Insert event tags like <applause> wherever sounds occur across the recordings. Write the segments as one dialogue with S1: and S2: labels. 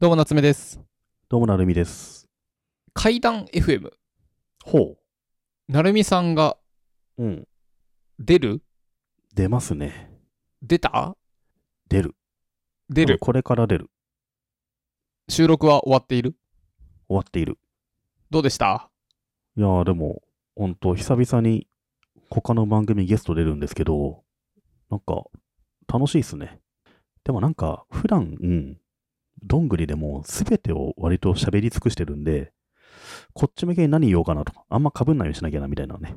S1: どうも、夏目です。
S2: どうもなるみです。
S1: 怪談 FM。
S2: ほ
S1: なるみさんが
S2: う。うん。
S1: 出る
S2: 出ますね。
S1: 出た
S2: 出る。
S1: 出
S2: うん
S1: る、
S2: これから出る。
S1: 収録は終わっている
S2: 終わっている。
S1: どうでした
S2: いやーでも、ほんと、久々に他の番組ゲスト出るんですけど、なんか、楽しいっすね。でもなんか、普段、うん、どんぐりでも全てを割と喋り尽くしてるんで、こっち向けに何言おうかなとか、あんま被んないようにしなきゃなみたいなね、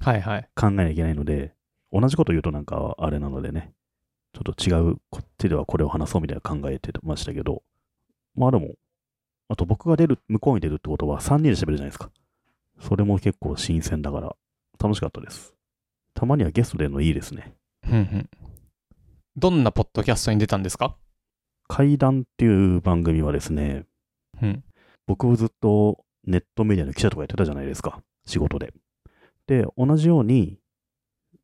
S1: はいはい。
S2: 考えなきゃいけないので、同じこと言うとなんかあれなのでね、ちょっと違う、こっちではこれを話そうみたいな考えてましたけど、まあでも、あと僕が出る、向こうに出るってことは3人で喋るじゃないですか。それも結構新鮮だから、楽しかったです。たまにはゲスト出るのいいですね。
S1: ふんふんどんなポッドキャストに出たんですか
S2: 怪談っていう番組はですね、
S1: うん。
S2: 僕ずっとネットメディアの記者とかやってたじゃないですか、仕事で。で、同じように、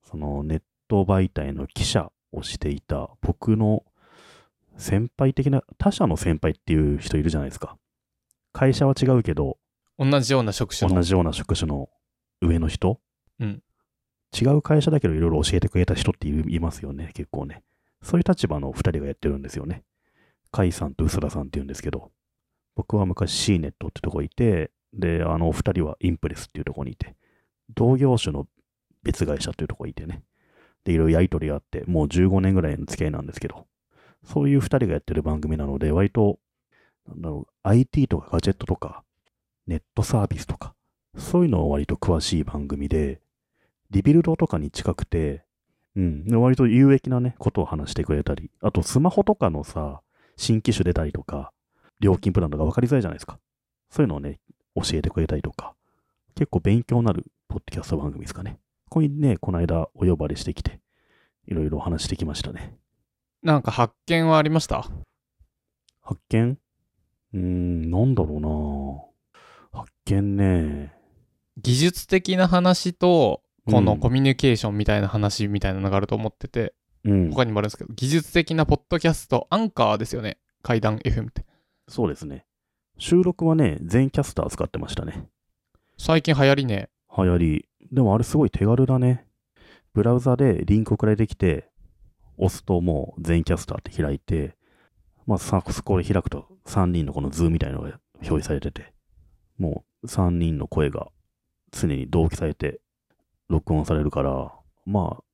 S2: そのネット媒体の記者をしていた僕の先輩的な、他社の先輩っていう人いるじゃないですか。会社は違うけど、
S1: 同じような職種の。
S2: 同じような職種の上の人、
S1: うん
S2: 違う会社だけどいろいろ教えてくれた人っていいますよね、結構ね。そういう立場の2人がやってるんですよね。甲斐さんと薄田さんっていうんですけど、僕は昔 C ネットってとこいて、で、あのお2人はインプレスっていうとこにいて、同業種の別会社っていうとこいてね。で、いろいろやりとりがあって、もう15年ぐらいの付き合いなんですけど、そういう2人がやってる番組なので、割と、なんだろう、IT とかガジェットとか、ネットサービスとか、そういうのを割と詳しい番組で、リビルドとかに近くて、うん、で割と有益なね、ことを話してくれたり、あとスマホとかのさ、新機種出たりとか、料金プランとか分かりづらいじゃないですか。そういうのをね、教えてくれたりとか、結構勉強になるポッドキャスト番組ですかね。ここにね、この間お呼ばれしてきて、いろいろお話してきましたね。
S1: なんか発見はありました
S2: 発見うーん、なんだろうな発見ね。
S1: 技術的な話と、こ
S2: う
S1: の
S2: ん
S1: コミュニケーションみたいな話みたいなのがあると思ってて、
S2: うん。
S1: 他にもあるんですけど、技術的なポッドキャスト、アンカーですよね。怪談 FM って。
S2: そうですね。収録はね、全キャスター使ってましたね。
S1: 最近流行りね。
S2: 流行り。でもあれすごい手軽だね。ブラウザでリンク送られてきて、押すともう全キャスターって開いて、まあさ、そこで開くと3人のこの図みたいなのが表示されてて、もう3人の声が常に同期されて録音されるから、まあ、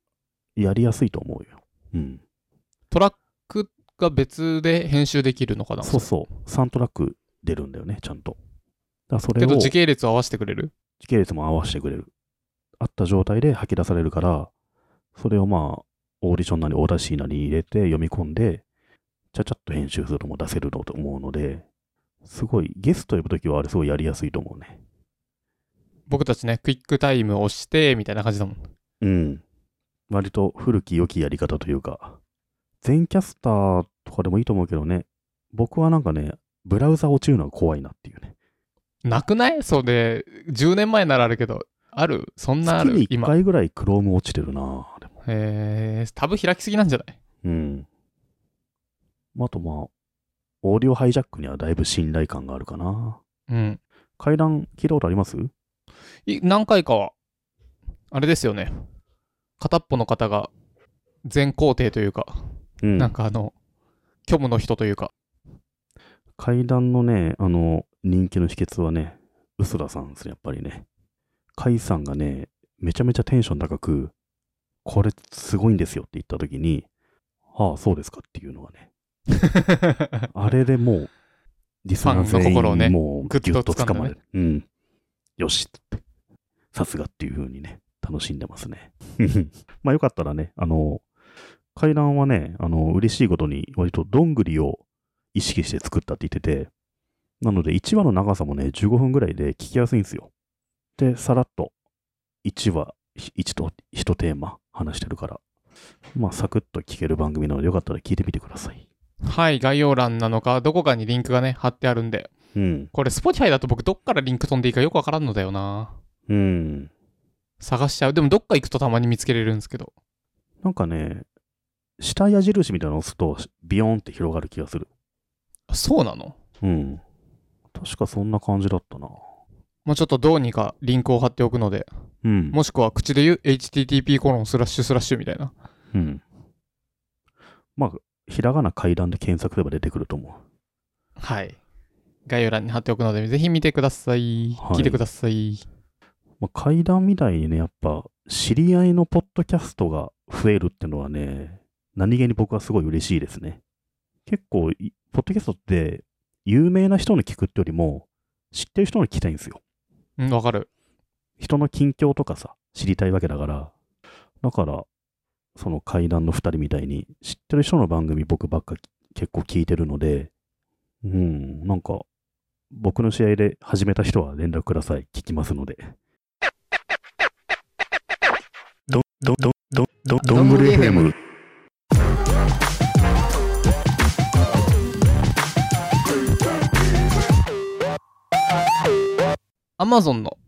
S2: やりやすいと思うよ。うん。
S1: トラックが別で編集できるのかな
S2: そうそう。3トラック出るんだよね、ちゃんと。だからそれ
S1: け
S2: を
S1: ど時系列を合わせてくれる
S2: 時系列も合わせてくれる。あった状態で吐き出されるから、それをまあ、オーディションなり、オーダーシーなり入れて読み込んで、ちゃちゃっと編集するのも出せるのと思うので、すごい、ゲスト呼ぶときはあれすごいやりやすいと思うね。
S1: 僕たちね、クイックタイムを押して、みたいな感じだもん。
S2: うん。割と古き良きやり方というか、全キャスターとかでもいいと思うけどね、僕はなんかね、ブラウザ落ちるのが怖いなっていうね。
S1: なくないそうで、10年前ならあるけど、あるそんなあ
S2: 月
S1: る
S2: に1
S1: 今。
S2: 回ぐらいクローム落ちてるなでも
S1: えー、タブ開きすぎなんじゃない
S2: うん。まああとまあ、オーディオハイジャックにはだいぶ信頼感があるかな。
S1: うん。
S2: 階段聞いたことあります
S1: い何回かは、あれですよね。片っぽの方が、全皇帝というか、
S2: うん
S1: なんかあの、虚無の人というか、
S2: 階段のね、あの、人気の秘訣はね、薄田さんですね、やっぱりね。海さんがね、めちゃめちゃテンション高く、これすごいんですよって言った時に、ああ、そうですかっていうのがね、 <laughs> あれでもう、リスナー全員
S1: ファンの心をね
S2: もう
S1: ぐっと
S2: ぎゅっと
S1: 掴
S2: 掴
S1: んだね
S2: まれる。うん。よしっつって。さすがっていう風にね、楽しんでます
S1: <laughs>
S2: ね。まあよかったらね、あの、階段はね、あの、嬉しいことに、割とどんぐりを意識して作ったって言ってて、なので1話の長さもね、15分ぐらいで聞きやすいんですよ。で、さらっと1話、1と1テーマ話してるから、まあサクッと聞ける番組なのでよかったら聞いてみてください。
S1: はい、概要欄なのか、どこかにリンクがね、貼ってあるんで、
S2: うん。
S1: これ、Spotify だと僕、どっからリンク飛んでいいかよくわからんのだよな。
S2: うん。
S1: 探しちゃう。でも、どっか行くとたまに見つけれるんですけど。
S2: なんかね、下矢印みたいなのを押すと、ビヨーンって広がる気がする。
S1: そうなの
S2: うん。確かそんな感じだったな。
S1: もうちょっとどうにかリンクを貼っておくので、
S2: うん。
S1: もしくは口で言う http コロンスラッシュスラッシュみたいな。
S2: うん。まあ、ひらがな階段で検索すれば出てくると思
S1: はい。概要欄に貼っておくので、ぜひ見てください。
S2: はい
S1: 聞いてください。
S2: う。まあ、階段みたいにね、やっぱ、知り合いのポッドキャストが増えるってのはね、何気に僕はすごい嬉しいですね。結構い、ポッドキャストって、有名な人の聞くってよりも、知ってる人の聞きたいんですよ。
S1: うん、わかる。
S2: 人の近況とかさ、知りたいわけだから、だから、その階段の2人みたいに、知ってる人の番組僕ばっか結構聞いてるので、うん、なんか、僕の試合で始めた人は連絡ください。聞きますので。ど、ど、ど、ど、ど、どんぐり FM。
S1: Amazon の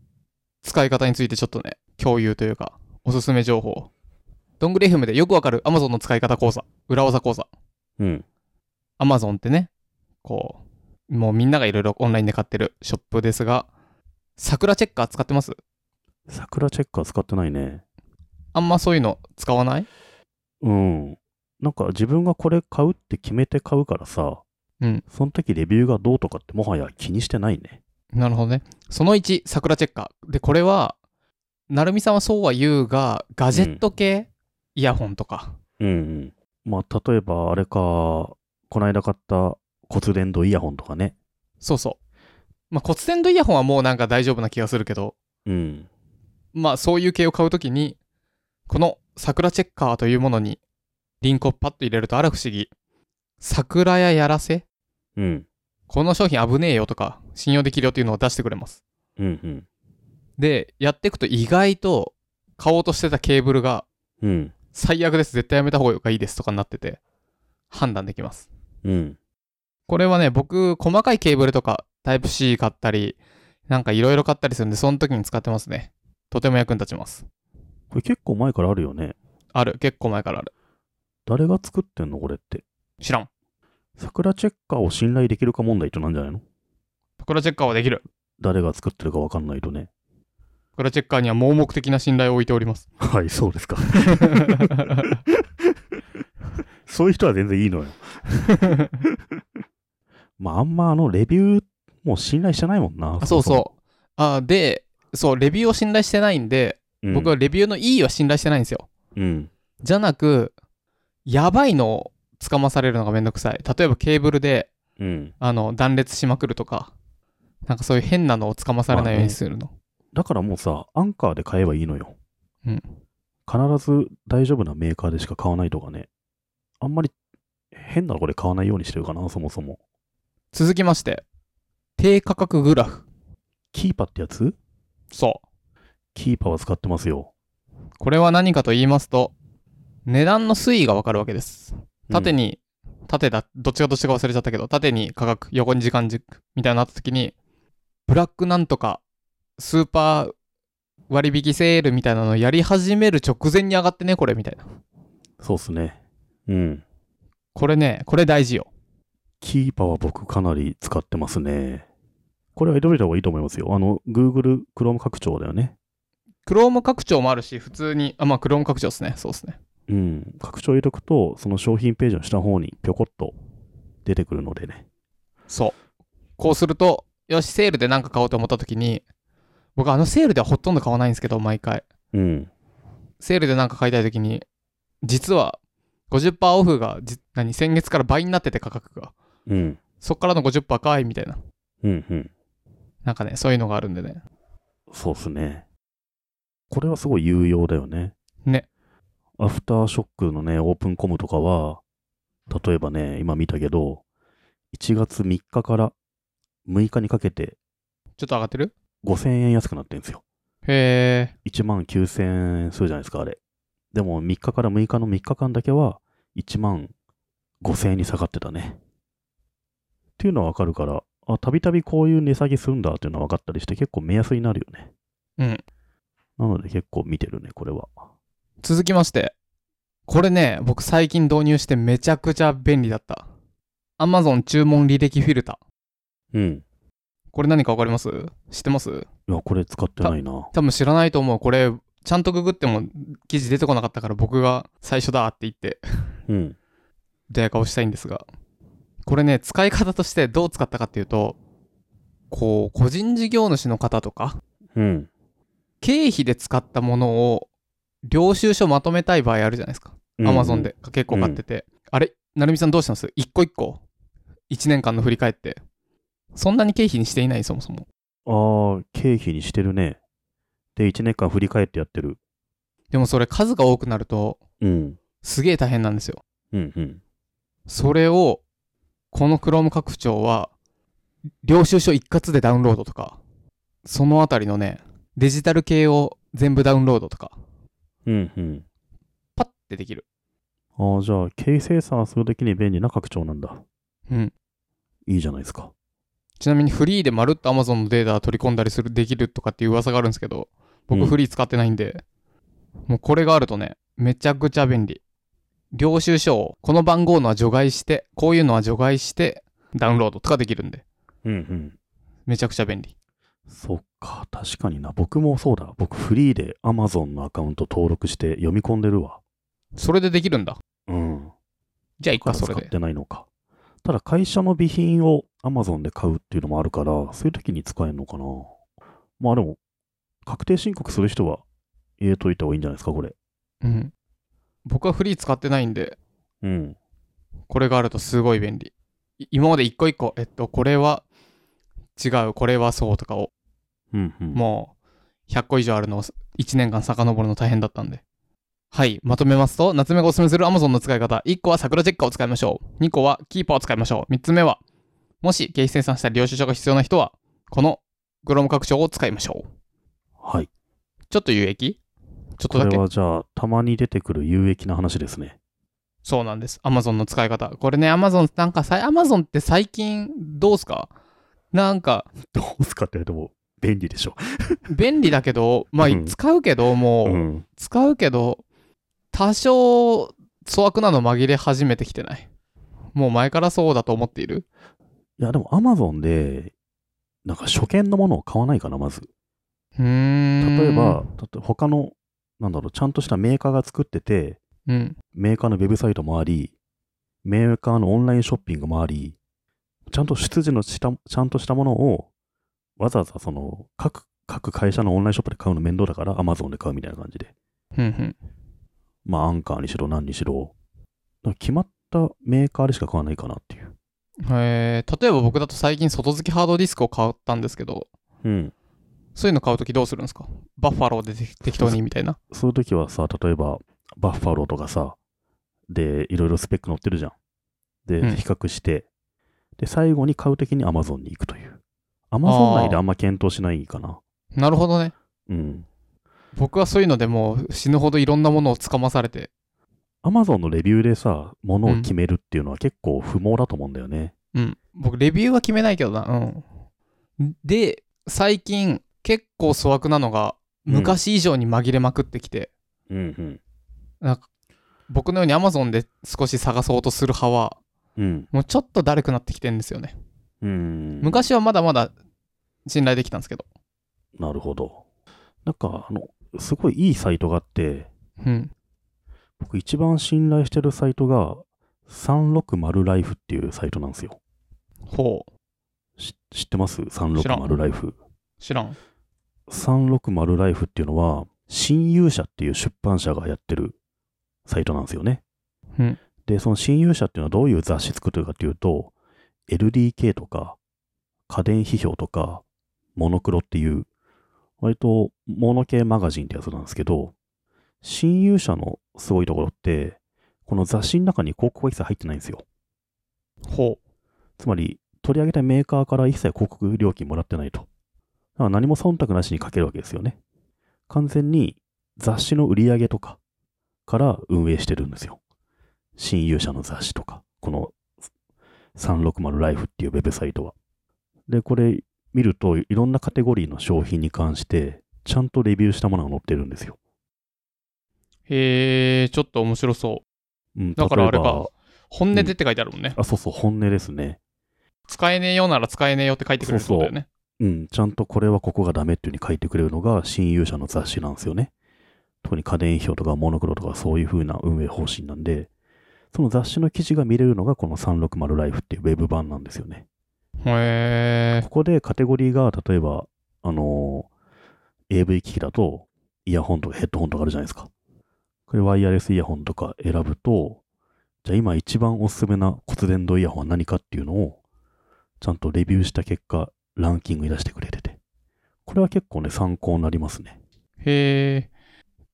S1: 使い方についてちょっとね、共有というか、おすすめ情報。ドングレフムでよくわかる Amazon の使い方講座、裏技講座。
S2: うん、
S1: Amazon ってね、こう、もうみんながいろいろオンラインで買ってるショップですが、桜チェッカー使ってます
S2: 桜チェッカー使ってないね。
S1: あんまそういうの使わない
S2: うん。なんか自分がこれ買うって決めて買うからさ、
S1: うん。
S2: その時レビューがどうとかってもはや気にしてないね。
S1: なるほどね。その1、桜チェッカー。で、これは、なるみさんはそうは言うが、ガジェット系、イヤホンとか。
S2: うんうん。まあ、例えば、あれか、こないだ買った骨伝導イヤホンとかね。
S1: そうそう。まあ、骨伝導イヤホンはもうなんか大丈夫な気がするけど、
S2: うん。
S1: まあそういう系を買うときに、この桜チェッカーというものにリンクをパッと入れるとあら不思議。桜ややらせ
S2: うん。
S1: この商品危ねえよとか、信用できるよっていうのを出してくれます。
S2: うん。
S1: で、やっていくと意外と買おうとしてたケーブルが
S2: うん。うん。
S1: 最悪です、絶対やめた方がいいですとかになってて、判断できます。
S2: うん。
S1: これはね、僕、細かいケーブルとか、タイプ C 買ったり、なんかいろいろ買ったりするんで、その時に使ってますね。とても役に立ちます。
S2: これ結構前からあるよね。
S1: ある。結構前からある。
S2: 誰が作ってんのこれって。
S1: 知らん。
S2: 桜チェッカーを信頼できるか問題ってなんじゃないの
S1: 桜チェッカーはできる。
S2: 誰が作ってるかわかんないとね。
S1: クラチェッカーには盲目的な信頼を置いております。
S2: はい、そうですか。 <laughs> そういう人は全然いい <laughs> のよ。まあ、あんまあの、レビュー、もう信頼してないもんな。
S1: あそうそう。あで、そう、レビューを信頼してないんで、
S2: う
S1: 僕は、レビューの E は信頼してないんですよ。
S2: うん。
S1: じゃなく、やばいのをつかまされるのがめんどくさい。例えばケーブルで、
S2: うん。
S1: あの、断裂しまくるとか、なんかそういう変なのをつかまされないようにするの。
S2: だからもうさ、アンカーで買えばいいのよ。
S1: うん
S2: 必ず大丈夫なメーカーでしか買わないとかね。あんまり変なとこで買わないようにしてるかな、そもそも。
S1: 続きまして、低価格グラフ。
S2: キーパーってやつ
S1: そう。
S2: キーパーは使ってますよ。
S1: これは何かと言いますと、値段の推移がわかるわけです。縦
S2: に。
S1: に、縦だ、どっちがどっちか忘れちゃったけど、縦に価格、横に時間軸みたいになった時に、ブラックなんとか、スーパー割引セールみたいなのをやり始める直前に上がってね、これみたいな。
S2: そうっすね。うん。
S1: これね、これ大事よ。
S2: キーパーは僕かなり使ってますね。これは挑めた方がいいと思いますよ。あの、Google Chrome 拡張だよね。
S1: Chrome 拡張もあるし、普通に、あ、まあ Chrome 拡張ですね。そうですね。
S2: うん。拡張入れとくと、その商品ページの下の方にぴょこっと出てくるのでね。
S1: そう。こうすると、よし、セールで何か買おうと思った時に、僕あのセールではほとんど買わないんですけど、毎回。
S2: うん。
S1: セールでなんか買いたいときに、実は50%オフがじ、何、先月から倍になってて価格が。
S2: うん。
S1: そっからの50%かいみたいな。
S2: うん。うん。
S1: なんかね、そういうのがあるんでね。
S2: そうですね。これはすごい有用だよね。
S1: ね。
S2: アフターショックのね、オープンコムとかは、例えばね、今見たけど、1月3日から6日にかけて
S1: ちょっと上がってる
S2: 5000円安くなってるんですよ。
S1: へえ。
S2: 1万9000円するじゃないですか、あれ。でも3日から6日の3日間だけは、1万5000円に下がってたね。っていうのはわかるから、あ、たびたびこういう値下げするんだっていうのは分かったりして、結構目安になるよね。
S1: うん。
S2: なので結構見てるね、これは。
S1: 続きまして。これね、僕最近導入してめちゃくちゃ便利だった。 Amazon 注文履歴フィルター。
S2: うん。
S1: これ何かわかります知ってます
S2: いや、これ使ってないな。
S1: 多分知らないと思う。これ、ちゃんとググっても記事出てこなかったから僕が最初だって言って、
S2: うん。
S1: ドヤ顔したいんですが。これね、使い方としてどう使ったかっていうと、こう、個人事業主の方とか、
S2: うん。
S1: 経費で使ったものを領収書まとめたい場合あるじゃないですか。アマゾンで結構買ってて、あれ、なるみさんどうしたんです一個一個、1年間の振り返って、そんなに経費にしていない、そもそも。
S2: うん。ああ、経費にしてるね。で、1年間振り返ってやってる。
S1: でもそれ、数が多くなると、
S2: うん。
S1: すげえ大変なんですよ。
S2: うんうん。
S1: それを、この Chrome 拡張は、領収書一括でダウンロードとか、そのあたりのね、デジタル系を全部ダウンロードとか、
S2: うんうん。
S1: パッてできる。
S2: ああ、じゃあ、経費精査するときに便利な拡張なんだ。
S1: うん。
S2: いいじゃないですか。
S1: ちなみにフリーでまるっと Amazon のデータ取り込んだりする、できるとかっていう噂があるんですけど、
S2: う
S1: 僕
S2: ん
S1: フリー使ってないんで、もうこれがあるとね、めちゃくちゃ便利。領収書をこの番号のは除外して、こういうのは除外して、ダウンロードとかできるんで、
S2: うんうん。
S1: めちゃくちゃ便利。
S2: そっか、確かにな。僕もそうだ。僕、フリーで Amazon のアカウント登録して読み込んでるわ。
S1: それでできるんだ。
S2: うん。
S1: じゃあいっ
S2: か
S1: からそ
S2: 使
S1: れ
S2: っ
S1: で。
S2: てないのか。ただ、会社の備品を Amazon で買うっていうのもあるから、そういう時に使えるのかな。まあでも、確定申告する人は入れといた方がいいんじゃないですか、これ。
S1: うん。僕はフリー使ってないんで、
S2: うん。
S1: これがあるとすごい便利。い今まで一個一個、えっと、これは違う、これはそうとかを、
S2: うん、うん。
S1: もう100個以上あるのを1年間遡るの大変だったんで。はい、まとめますと、夏目がおすすめする Amazon の使い方。1個は桜チェッカーを使いましょう。2個はキーパーを使いましょう。3つ目は、もし経費生産したり領収書が必要な人は、この Chrome 拡張を使いましょう。
S2: はい。
S1: ちょっと有益ちょっと
S2: こ
S1: だけ
S2: れはじゃあ、たまに出てくる有益な話ですね。
S1: そうなんです。Amazon の使い方。これね、Amazon なんかさ、Amazon って最近どうすかなんか、
S2: どうすかって言われても、便利でしょ。
S1: 便利だけ
S2: <laughs>
S1: ど、まあ
S2: う、ん
S1: 使うけど、もう、
S2: ん。
S1: 使うけど、多少、粗悪なの紛れ始めてきてない。もう前からそうだと思っている。
S2: いや、でも Amazon で、なんか初見のものを買わないかな、まず。
S1: うーん。
S2: 例えば、、たと他の、なんだろう、ちゃんとしたメーカーが作ってて、
S1: うん。
S2: メーカーのウェブサイトもあり、メーカーのオンラインショッピングもあり、ちゃんと出自のしたちゃんとしたものを、わざわざその、各、各会社のオンラインショップで買うの面倒だから、Amazon で買うみたいな感じで。
S1: うんうん。
S2: まあ、アンカーにしろ何にしろ、なんか決まったメーカーでしか買わないかなっていう。
S1: えー、例えば僕だと最近外付きハードディスクを買ったんですけど、
S2: うん。
S1: そういうの買うときどうするんですかバッファローでて適当にみたいな。
S2: そういう時はさ、例えば、バッファローとかさ、で、いろいろスペック載ってるじゃん。で、
S1: うん
S2: 比較して、で、最後に買う時に Amazon に行くという。Amazon 内であんま検討しないかな。
S1: なるほどね。
S2: うん。
S1: 僕はそういうのでもう死ぬほどいろんなものをつかまされて、
S2: Amazon のレビューでさ、ものを決めるっていうのは結構不毛だと思うんだよね。
S1: うん。僕、レビューは決めないけどな。うん。で、最近、結構粗悪なのが、
S2: うん
S1: 昔以上に紛れまくってきて、
S2: うんうん。
S1: 僕のように Amazon で少し探そうとする派は、
S2: うん。
S1: もうちょっとだるくなってきてんですよね。
S2: うん。
S1: 昔はまだまだ信頼できたんですけど。
S2: なるほど。なんか、あの、すごいいいサイトがあって、
S1: うん。
S2: 僕一番信頼してるサイトが、360ライフっていうサイトなんですよ。
S1: ほう。
S2: し知ってます
S1: 知ら
S2: ?360
S1: ん
S2: ライフ。
S1: 知らん。
S2: 360ライフっていうのは、新勇者っていう出版社がやってるサイトなんですよね。
S1: うん
S2: で、その新勇者っていうのはどういう雑誌作ってるかっていうと、LDK とか、家電批評とか、モノクロっていう、割とモノ系マガジンってやつなんですけど、新勇者のすごいところって、この雑誌の中に広告が一切入ってないんですよ。
S1: ほ
S2: つまり、取り上げたメーカーから一切広告料金もらってないと。だから何も忖度なしに書けるわけですよね。完全に雑誌の売り上げとかから運営してるんですよ。新勇者の雑誌とか、この360ライフっていうウェブサイトは。で、これ見るといろんなカテゴリーの商品に関して、ちゃんとレビューしたものが載ってるんですよ。
S1: う。へえ、ちょっと面白そう。
S2: うん、
S1: だからあれ
S2: 例えば
S1: か。本音でって書いてあるもんね。
S2: あ、そうそう、本音ですね。
S1: 使えねえよなら使えねえよって書いてくれるってことだよね。
S2: うん、ちゃんとこれはここがダメっていうふうに書いてくれるのが、新勇者の雑誌なんですよね。特に家電表とかモノクロとかそういうふうな運営方針なんで、その雑誌の記事が見れるのが、この360ライフっていうウェブ版なんですよね。
S1: へえ
S2: こ。こでカテゴリーが、例えば、あのー AV 機器だと、イヤホンとかヘッドホンとかあるじゃないですか。これ、ワイヤレスイヤホンとか選ぶと、じゃあ今一番おすすめな骨伝導イヤホンは何かっていうのを、ちゃんとレビューした結果、ランキングに出してくれてて。これは結構ね、参考になりますね。
S1: へ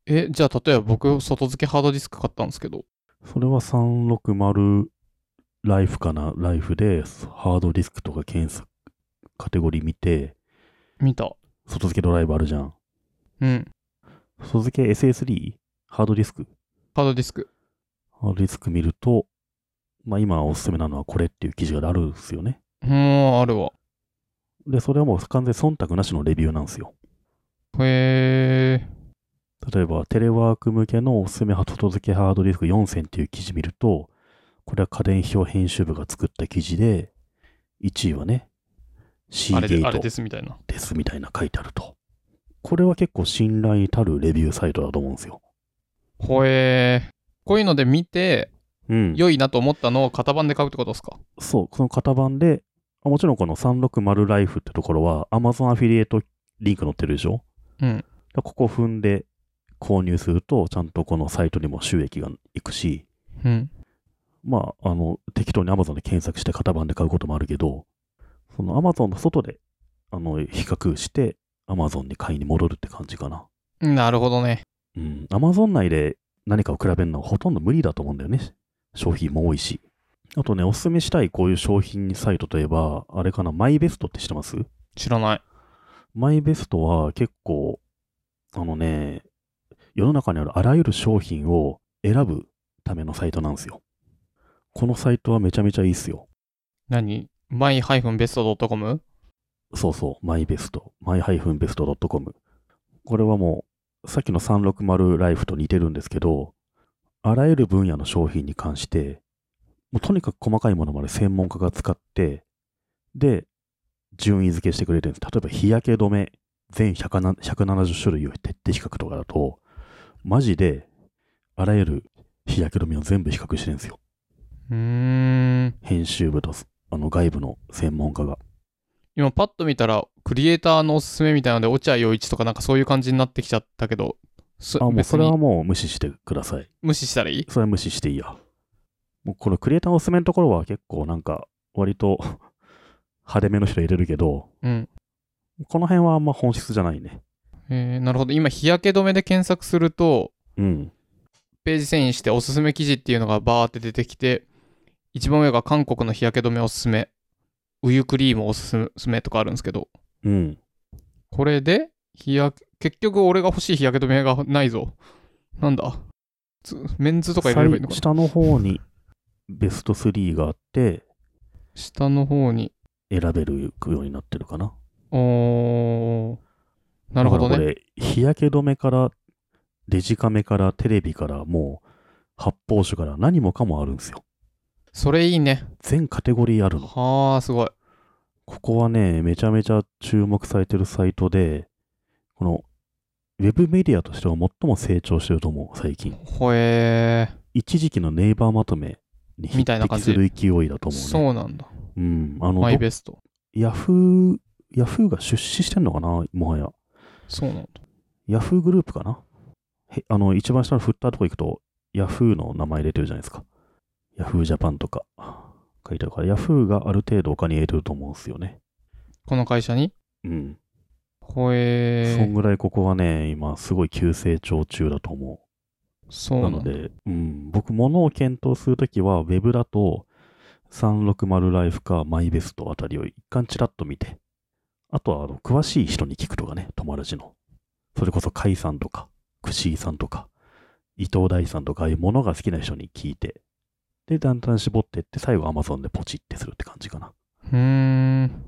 S1: え。え、じゃあ例えば僕、外付けハードディスク買ったんですけど、
S2: それは360ライフかな、ライフで、ハードディスクとか検索、カテゴリー見て、
S1: 見た。
S2: 外付けドライブあるじゃん。
S1: うん。
S2: 外付け SSD? ハードディスク
S1: ハードディスク。
S2: ハードディスク見ると、まあ今おすすめなのはこれっていう記事があるんですよね。
S1: うーん、あるわ。
S2: で、それはもう完全忖度なしのレビューなんですよ。
S1: へえ。
S2: 例えば、テレワーク向けのおすすめ外付けハードディスク4選っていう記事見ると、これは家電表編集部が作った記事で、1位はね、シ
S1: あ
S2: ー
S1: れ
S2: ゲ
S1: で、あ
S2: ー
S1: れで
S2: ト
S1: すみたいな。
S2: ですみたいな書いてあると。これは結構信頼に足るレビューサイトだと思うんですよ。
S1: ほえー。こういうので見て、
S2: うん。
S1: 良いなと思ったのを型番で買うってことですか
S2: そう、その型番で、あもちろんこの360ライフってところは Amazon アフィリエイトリンク載ってるでしょ
S1: うん。
S2: ここ踏んで購入すると、ちゃんとこのサイトにも収益がいくし、
S1: うん。
S2: まあ、あの、適当に Amazon で検索して型番で買うこともあるけど、その Amazon の外で、あの、比較して、Amazon に買いに戻るって感じかな。
S1: なるほどね。
S2: うん。Amazon 内で何かを比べるのはほとんど無理だと思うんだよね。商品も多いし。あとね、おすすめしたいこういう商品サイトといえば、あれかな、マイベストって知ってます
S1: 知らない。
S2: マイベストは結構、あのね、世の中にあるあらゆる商品を選ぶためのサイトなんですよ。このサイトはめちゃめちゃいいっすよ。
S1: 何 ?my-best.com?
S2: そうそう、マイベスト。my-best.com。これはもう、さっきの360ライフと似てるんですけど、あらゆる分野の商品に関して、もうとにかく細かいものまで専門家が使って、で、順位付けしてくれてるんです。例えば日焼け止め、全100 170種類を徹底比較とかだと、マジで、あらゆる日焼け止めを全部比較してるんですよ。
S1: うーん。
S2: 編集部と、あの外部の専門家が。
S1: 今パッと見たら、クリエイターのおすすめみたいなので、落合陽一とかなんかそういう感じになってきちゃったけど、す
S2: あ、もう
S1: 別
S2: それは
S1: に
S2: もう無視してください。
S1: 無視したらいい
S2: それは無視していいや。もうこのクリエイターのおすすめのところは結構なんか割と <laughs> 派手めの人入れるけど、
S1: うん。
S2: この辺はあんま本質じゃないね。
S1: えー、なるほど。今、日焼け止めで検索すると、
S2: うん。
S1: ページ遷移しておすすめ記事っていうのがバーって出てきて、一番上が韓国の日焼け止めおすすめ、ウユクリームおすすめとかあるんですけど、
S2: うん。
S1: これで日焼け、結局俺が欲しい日焼け止めがないぞ。なんだつメンズとか入れればいいのか
S2: 最
S1: な
S2: 下の方にベスト3があって
S1: 下の方に。
S2: 選べるようになってるかな。
S1: おー。なるほど
S2: だか
S1: ね。
S2: らこれ日焼け止めからデジカメからテレビからもう発泡酒から何もかもあるんですよ。
S1: それいいね。
S2: 全カテゴリーあるの。
S1: はあ、すごい。
S2: ここはね、めちゃめちゃ注目されてるサイトで、この、ウェブメディアとしては最も成長してると思う、最近。
S1: ほえ
S2: 一時期のネイバーまとめに匹
S1: みたいな
S2: 敵
S1: 感じ
S2: する勢いだ
S1: ー。
S2: と思うね。
S1: そうなんだ。
S2: うん。あ
S1: マ
S2: の
S1: イ、ベスト。
S2: ヤフー、ヤフーが出資してんのかな、もはや。
S1: そうなんだ。
S2: ヤフーグループかなへあの、一番下のフッターとこ行くと、ヤフーの名前入れてるじゃないですか。ヤフージャパンとか書いてあるから、ヤフーがある程度お金入れてると思うんですよね。
S1: この会社に
S2: うん。
S1: ほえ
S2: そん
S1: ー。
S2: ぐらいここはね、今すごい急成長中だと思。
S1: そううな
S2: なん
S1: だ
S2: の。で、うん、僕、ものを検討するときは、ウェブだと、360ライフかマイベストあたりを一貫ちらっと見て、あとは、あの、詳しい人に聞くとかね、友達の。それこそ、甲斐さんとか、クシーさんとか、伊藤大さんとか、ああいうものが好きな人に聞いて、で、だんだん絞ってって、最後、アマゾンでポチってするって感じかな。
S1: うーん。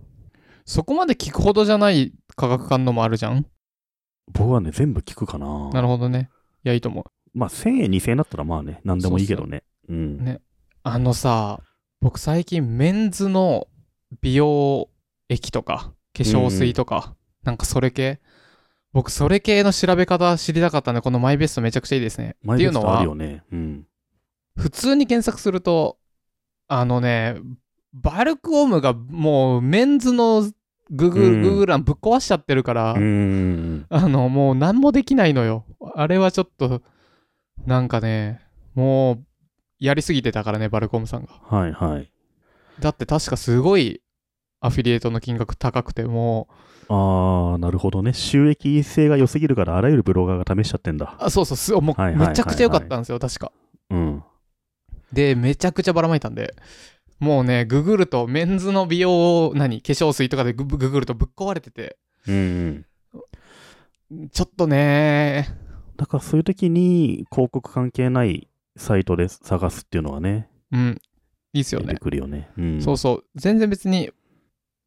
S1: そこまで聞くほどじゃない科学感のもあるじゃん。
S2: 僕はね、全部聞くかな。
S1: なるほどね。いや、いいと思う。
S2: まあ、1000円、2000円だったら、まあね、なんでもいいけどね。うん。
S1: ねあのさ、僕最近メンズの美容液とか、化粧水とか、なんかそれ系。僕、それ系の調べ方知りたかったんで、このマイベストめちゃくちゃいいですね。っ
S2: マイ
S1: てい
S2: ベ
S1: う
S2: ス
S1: の
S2: トあ
S1: は
S2: る、よね。うん。
S1: 普通に検索すると、あのね、バルクオムがもうメンズのググ
S2: うん
S1: グーグル欄ぶっ壊しちゃってるから、
S2: うん。
S1: あの、もう何もできないのよ。あれはちょっと、なんかね、もう、やりすぎてたからね、バルコムさんが。
S2: はいはい。
S1: だって確かすごいアフィリエイトの金額高くて、もう、
S2: ああ、なるほどね。収益性が良すぎるから、あらゆるブロガーが試しちゃってんだ。
S1: あそうそうす、もう
S2: はいはいはいはい
S1: めちゃくちゃ良かったんですよ、確か。
S2: うん。
S1: で、めちゃくちゃばらまいたんで、もうね、ググると、メンズの美容、何、化粧水とかでグググるとぶっ壊れてて、
S2: うんうん。
S1: ちょっとね、
S2: だからそういう時に、広告関係ないサイトで探すっていうのはね、
S1: うん、いいっすよ
S2: 出て
S1: ね。
S2: くるよね。うん。
S1: そうそう、全然別に、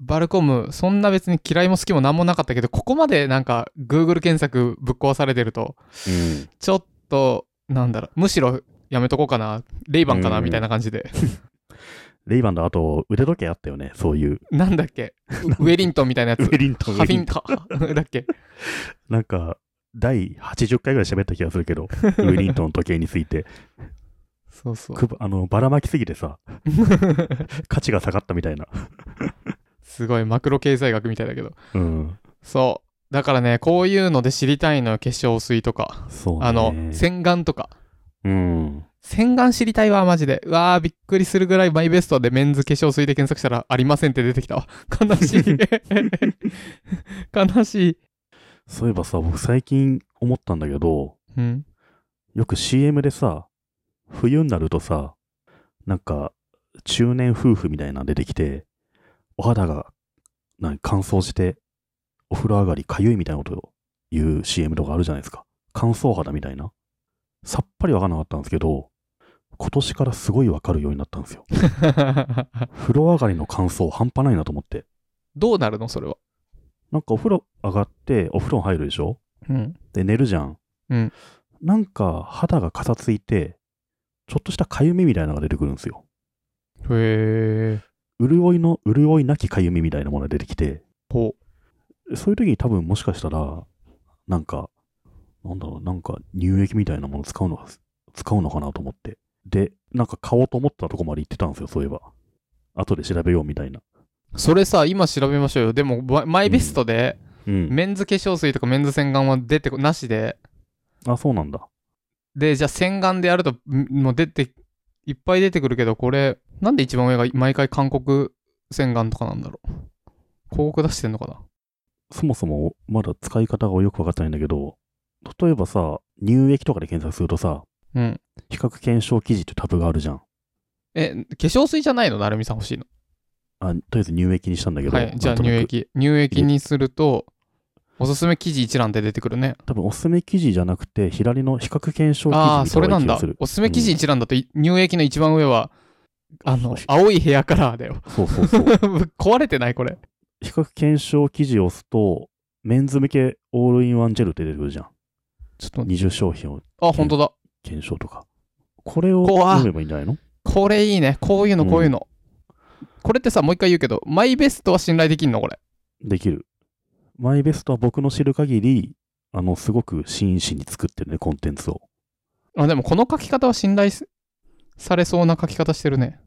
S1: バルコム、そんな別に嫌いも好きもなんもなかったけど、ここまでなんか、Google 検索ぶっ壊されてると、
S2: うん
S1: ちょっと、なんだろう、むしろやめとこうかな、レイバンかな、
S2: うん
S1: みたいな感じで、
S2: レイバンの後、腕時計あったよね。そういう。
S1: なんだっけ、ウェリントンみたいなやつ、
S2: ウェリントン。
S1: ハフィン
S2: ウェリント
S1: トンだっけ、
S2: ンなんか、第80回ぐらい喋った気がするけ <laughs> ど、ウェリントンの時計について、
S1: そうそう。
S2: くばあのばらまきすぎて <laughs> さ、価値が下がったみたいな。
S1: すごい、マクロ経済学みたいだけど。
S2: うん。
S1: そう。だからね、こういうので知りたいのよ、化粧水とか、
S2: そうね。
S1: あの、洗顔とか。
S2: うん。
S1: 洗顔知りたいわ、マジで。うわー、びっくりするぐらいマイベストでメンズ化粧水で検索したらありませんって出てきたわ。 <laughs> 悲しい。悲しい。
S2: そういえばさ、僕最近思ったんだけど、
S1: うん。 <laughs>
S2: よく CM でさ、冬になるとさ、なんか、中年夫婦みたいなの出てきて、お肌が、なん乾燥して、お風呂上がりかゆいみたいなことを言う CM とかあるじゃないですか。乾燥肌みたいな。さっぱりわかんなかったんですけど、今年からすごいわかるようになったんですよ。風呂上がりの乾燥半端ないなと思って。
S1: どうなるの、それは。
S2: なんかお風呂上がって、お風呂入るでしょ
S1: うん。
S2: で、寝るじゃん。
S1: うん
S2: なんか、肌がかさついて、ちょっとしたかゆみみたいなのが出てくるんですよ。
S1: へー。
S2: 潤いの、潤いなきかゆみみたいなものが出てきて、
S1: ほ
S2: そういう時に多分もしかしたら、なんか、なんだろう、なんか乳液みたいなもの使うのが、使うのかなと思って。で、なんか買おうと思ったとこまで行ってたんですよ、そういえば。後で調べようみたいな。
S1: う。それさ、今調べましょうよ。でも、ママイベストで、
S2: うん。
S1: メンズ化粧水とかメンズ洗顔は出てこなしで、
S2: あ、そうなんだ。
S1: で、じゃあ洗顔でやると、んもう出て、いっぱい出てくるけど、これ、なんで一番上が毎回韓国洗顔とかなんだろう。広告出してんのかな
S2: そもそもまだ使い方がよくわかってないんだけど、例えばさ、乳液とかで検索するとさ、
S1: うん。
S2: 比較検証記事ってタブがあるじゃん。
S1: え、化粧水じゃないのなるみさん欲しいの。
S2: あとりあえず乳液にしたんだけど、
S1: はい。じゃあ
S2: なんと
S1: 乳
S2: なく
S1: 液。乳液にすると、おすすめ記事一覧って出てくるね。
S2: 多分おすすめ記事じゃなくて、左の比較検証記
S1: ああー、
S2: 事
S1: それ
S2: みた
S1: ないん
S2: な
S1: だ
S2: 気がする。。
S1: おすすめ記事一覧だと、い乳液の一番上は、あの、青いヘアカラーだよ。 <laughs>
S2: そうそうそう。 <laughs>
S1: 壊れてないこれ。
S2: 比較検証記事を押すと、メンズ向けオールインワンジェルって出てくるじゃん。
S1: ちょっと待って。
S2: 20商品を
S1: あ、本当だ。
S2: 検証とか。これを
S1: 怖っ
S2: 読めばいいんじゃないの
S1: これいいね。こういうの、
S2: うん
S1: こういうの。これってさ、もう一回言うけど、マイベストは信頼できんのこれ。
S2: できる。マイベストは僕の知る限り、あの、すごく真摯に作ってるね、コンテンツを。
S1: あ、でもこの書き方は信頼すされそうな書き方してるね。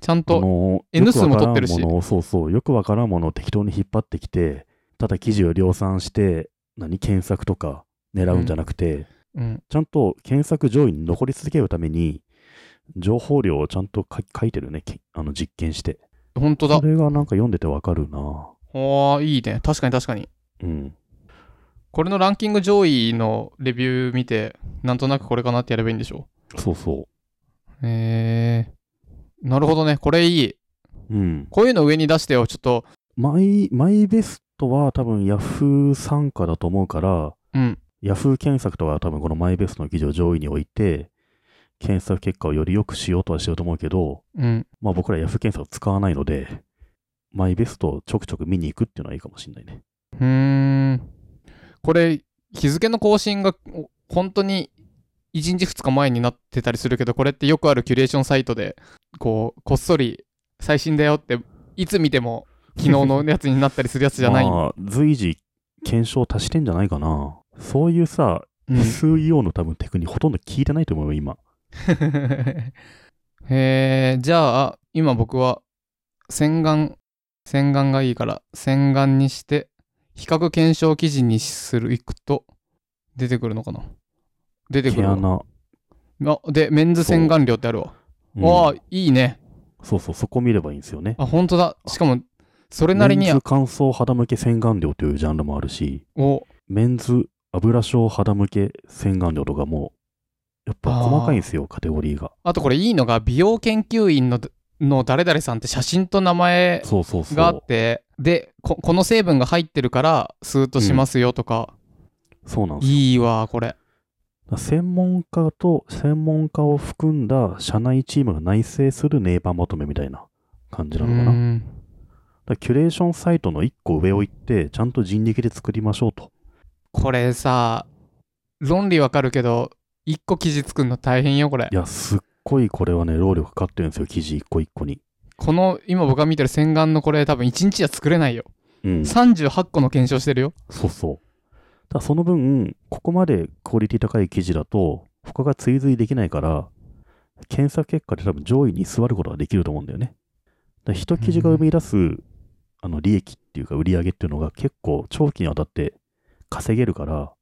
S1: ちゃん
S2: あ
S1: と、
S2: の
S1: N 数も
S2: よく
S1: 取
S2: わからん
S1: ってるし
S2: ものをそうそう、よくわからんものを適当に引っ張ってきて、ただ記事を量産して、何、検索とか狙うんじゃなくて、
S1: うん。
S2: ちゃんと検索上位に残り続けるために、情報量をちゃんと書書いてるね、けあの実験して。
S1: 本当だ
S2: そ。れがなんか読んでてわかるな。
S1: おー、いいね。確かに確かに。
S2: うん。
S1: これのランキング上位のレビュー見て、なんとなくこれかなってやればいいんでしょ。
S2: そうそう
S1: えー。なるほどね。これいい。
S2: う。うん。
S1: こういうの上に出してよ。ちょっと、
S2: マイ、マイベストは多分 Yahoo 参加だと思うから、
S1: うん。
S2: Yahoo 検索とかは多分このマイベストの記事を上位に置いて、検索結果をより良くしようとはしてると思うけど、
S1: うん。
S2: まあ僕ら Yahoo 検索使わないので、マイベストをちょくちょく見に行くっていうのはいいかもしれないね。
S1: うーん。これ、日付の更新がお本当に1日2日前になってたりするけど、これってよくあるキュレーションサイトで、こう、こっそり最新だよって、いつ見ても昨日のやつになったりするやつじゃない。
S2: <laughs> まあ、随時検証足してんじゃないかな。そういうさ、
S1: うん
S2: SEO の多分テクニほとんど聞いてないと思うよ、今。
S1: <laughs> へえ、じゃあ、今僕は、洗顔、洗顔がいいから、洗顔にして、比較検証記事にする、いくと、出てくるのかな出てく
S2: 毛
S1: るのかな
S2: 穴。
S1: あで、メンズ洗顔料ってあるわ。
S2: うん
S1: わあ、いいね。
S2: そうそう、そこ見ればいいんですよね。
S1: あ、本当だ。しかも、それなりに
S2: メンズ、乾燥肌向け洗顔料というジャンルもあるし、
S1: お、
S2: メンズ油症肌向け洗顔料とかも、やっぱ細かいんですよ、カテゴリーが。
S1: あとこれいいのが、美容研究員の、の誰々さんって写真と名前
S2: そうそうそう。
S1: があって、でこ、この成分が入ってるから、スーッとしますよとか、
S2: そうなんですよ
S1: いいわ、これ。
S2: だから専門家と専門家を含んだ社内チームが内製するネイバーまとめみたいな感じなのかな。
S1: うー
S2: だか
S1: ん
S2: らキュレーションサイトの1個上を行って、ちゃんと人力で作りましょうと。
S1: これさ、論理わかるけど、一個記事作るの大変よ、これ
S2: い。や、すっごいこれはね、労力かかってるんですよ、記事1個1個に。
S1: この、今僕が見てる洗顔のこれ、多分1日じゃ作れないよ。
S2: うん、
S1: 38個の検証してるよ。
S2: そうそう。ただその分、ここまでクオリティ高い記事だと、他が追随できないから、検索結果で多分上位に座ることができると思うんだよね。だから一記事が生み出す、あの利益っていうか売り上げっていうのが結構長期にわたって稼げるから、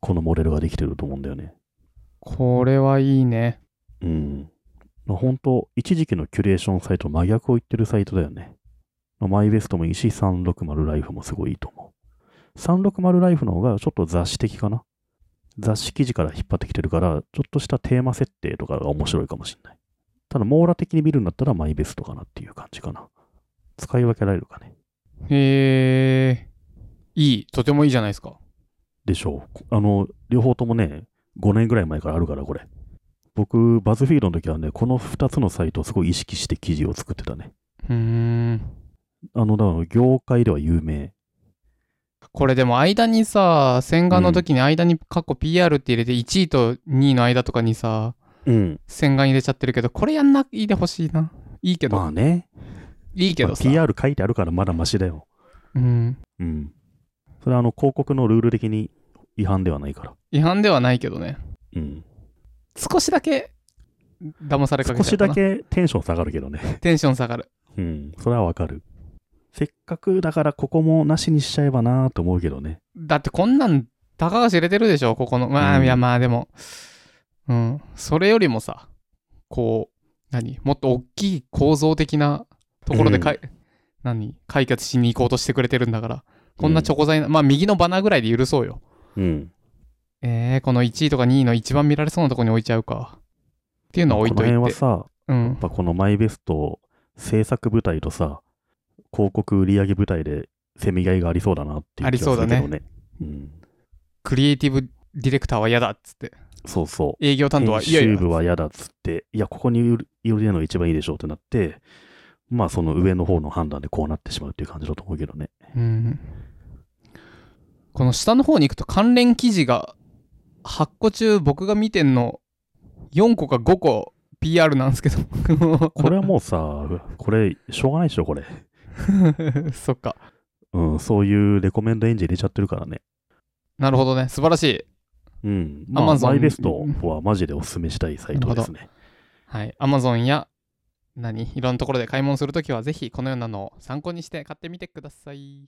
S2: このモデルができてると思うんだよね。
S1: これはいいね。
S2: うん。まあ、本当一時期のキュレーションサイト、真逆を言ってるサイトだよね。まあマイベストもいいし、360ライフもすごいいいと思う。360ライフの方がちょっと雑誌的かな。雑誌記事から引っ張ってきてるから、ちょっとしたテーマ設定とかが面白いかもしれない。ただ、網羅的に見るんだったらマイベストかなっていう感じかな。使い分けられるかね。
S1: へえ、いい。とてもいいじゃないですか。
S2: でしょう。あの、両方ともね、5年ぐらい前からあるから、これ。僕、バズフィードの時はね、この2つのサイトをすごい意識して記事を作ってたね。
S1: うーん。
S2: あの、だから業界では有名。
S1: これでも間にさ、洗顔の時に間に過去 PR って入れて1位と2位の間とかにさ、
S2: うん。
S1: 洗顔入れちゃってるけど、これやんないでほしいな。いいけど、
S2: まあね。
S1: いいけどさ。
S2: まあ PR 書いてあるからまだマシだよ。
S1: うん。
S2: うん。それはあの広告のルール的に違反ではないから。
S1: 違反ではないけどね。
S2: うん。少
S1: 少しだけ騙されかけちゃ
S2: し
S1: った
S2: だ
S1: な
S2: けテンション下がるけど
S1: <laughs>
S2: ね。
S1: テンション下がる
S2: うん。 <laughs> それはわかる。せっかくだからここもなしにしちゃえばなーと思うけどね。
S1: だってこんなんたかが知れてるでしょここのまあ、
S2: うん
S1: いやまあでもうんそれよりもさこう何もっと大きい構造的なところでかい、何解決しに行こうとしてくれてるんだからこんなチョコ材な、まあ右のバナーぐらいで許そうよ
S2: うん。
S1: えー、この1位とか2位の一番見られそうなとこに置いちゃうかっていうのは
S2: こ
S1: 置い
S2: の
S1: といて
S2: 辺はさ、
S1: う
S2: や
S1: ん
S2: っぱこのマイベスト制作部隊とさ、広告売上部隊でせめぎ合いがありそうだなっていう気がするけどね。
S1: ありそう
S2: ね。うん。
S1: クリエイティブディレクターは嫌だっつって
S2: そうそう。
S1: 営業担当は
S2: 編
S1: いやい
S2: 集
S1: や
S2: 部は嫌だっつって、いや、ここに寄るのが一番いいでしょうってなって、まあ、その上の方の判断でこうなってしまうっていう感じだと思うけどね。
S1: うんこの下の方に行くと関連記事が8個中僕が見てんの4個か5個 PR なんですけど
S2: これはもうさ、これ、しょうがないでしょ、これ。
S1: <laughs> そっか
S2: うん、そういうレコメンドエンジン入れちゃってるからね。
S1: なるほどね素晴らしい
S2: うん。まあ、
S1: Amazon
S2: マイベストはマジでおすすめしたいサイトですね。
S1: はい Amazon や何いろんなところで買い物するときはぜひこのようなのを参考にして買ってみてください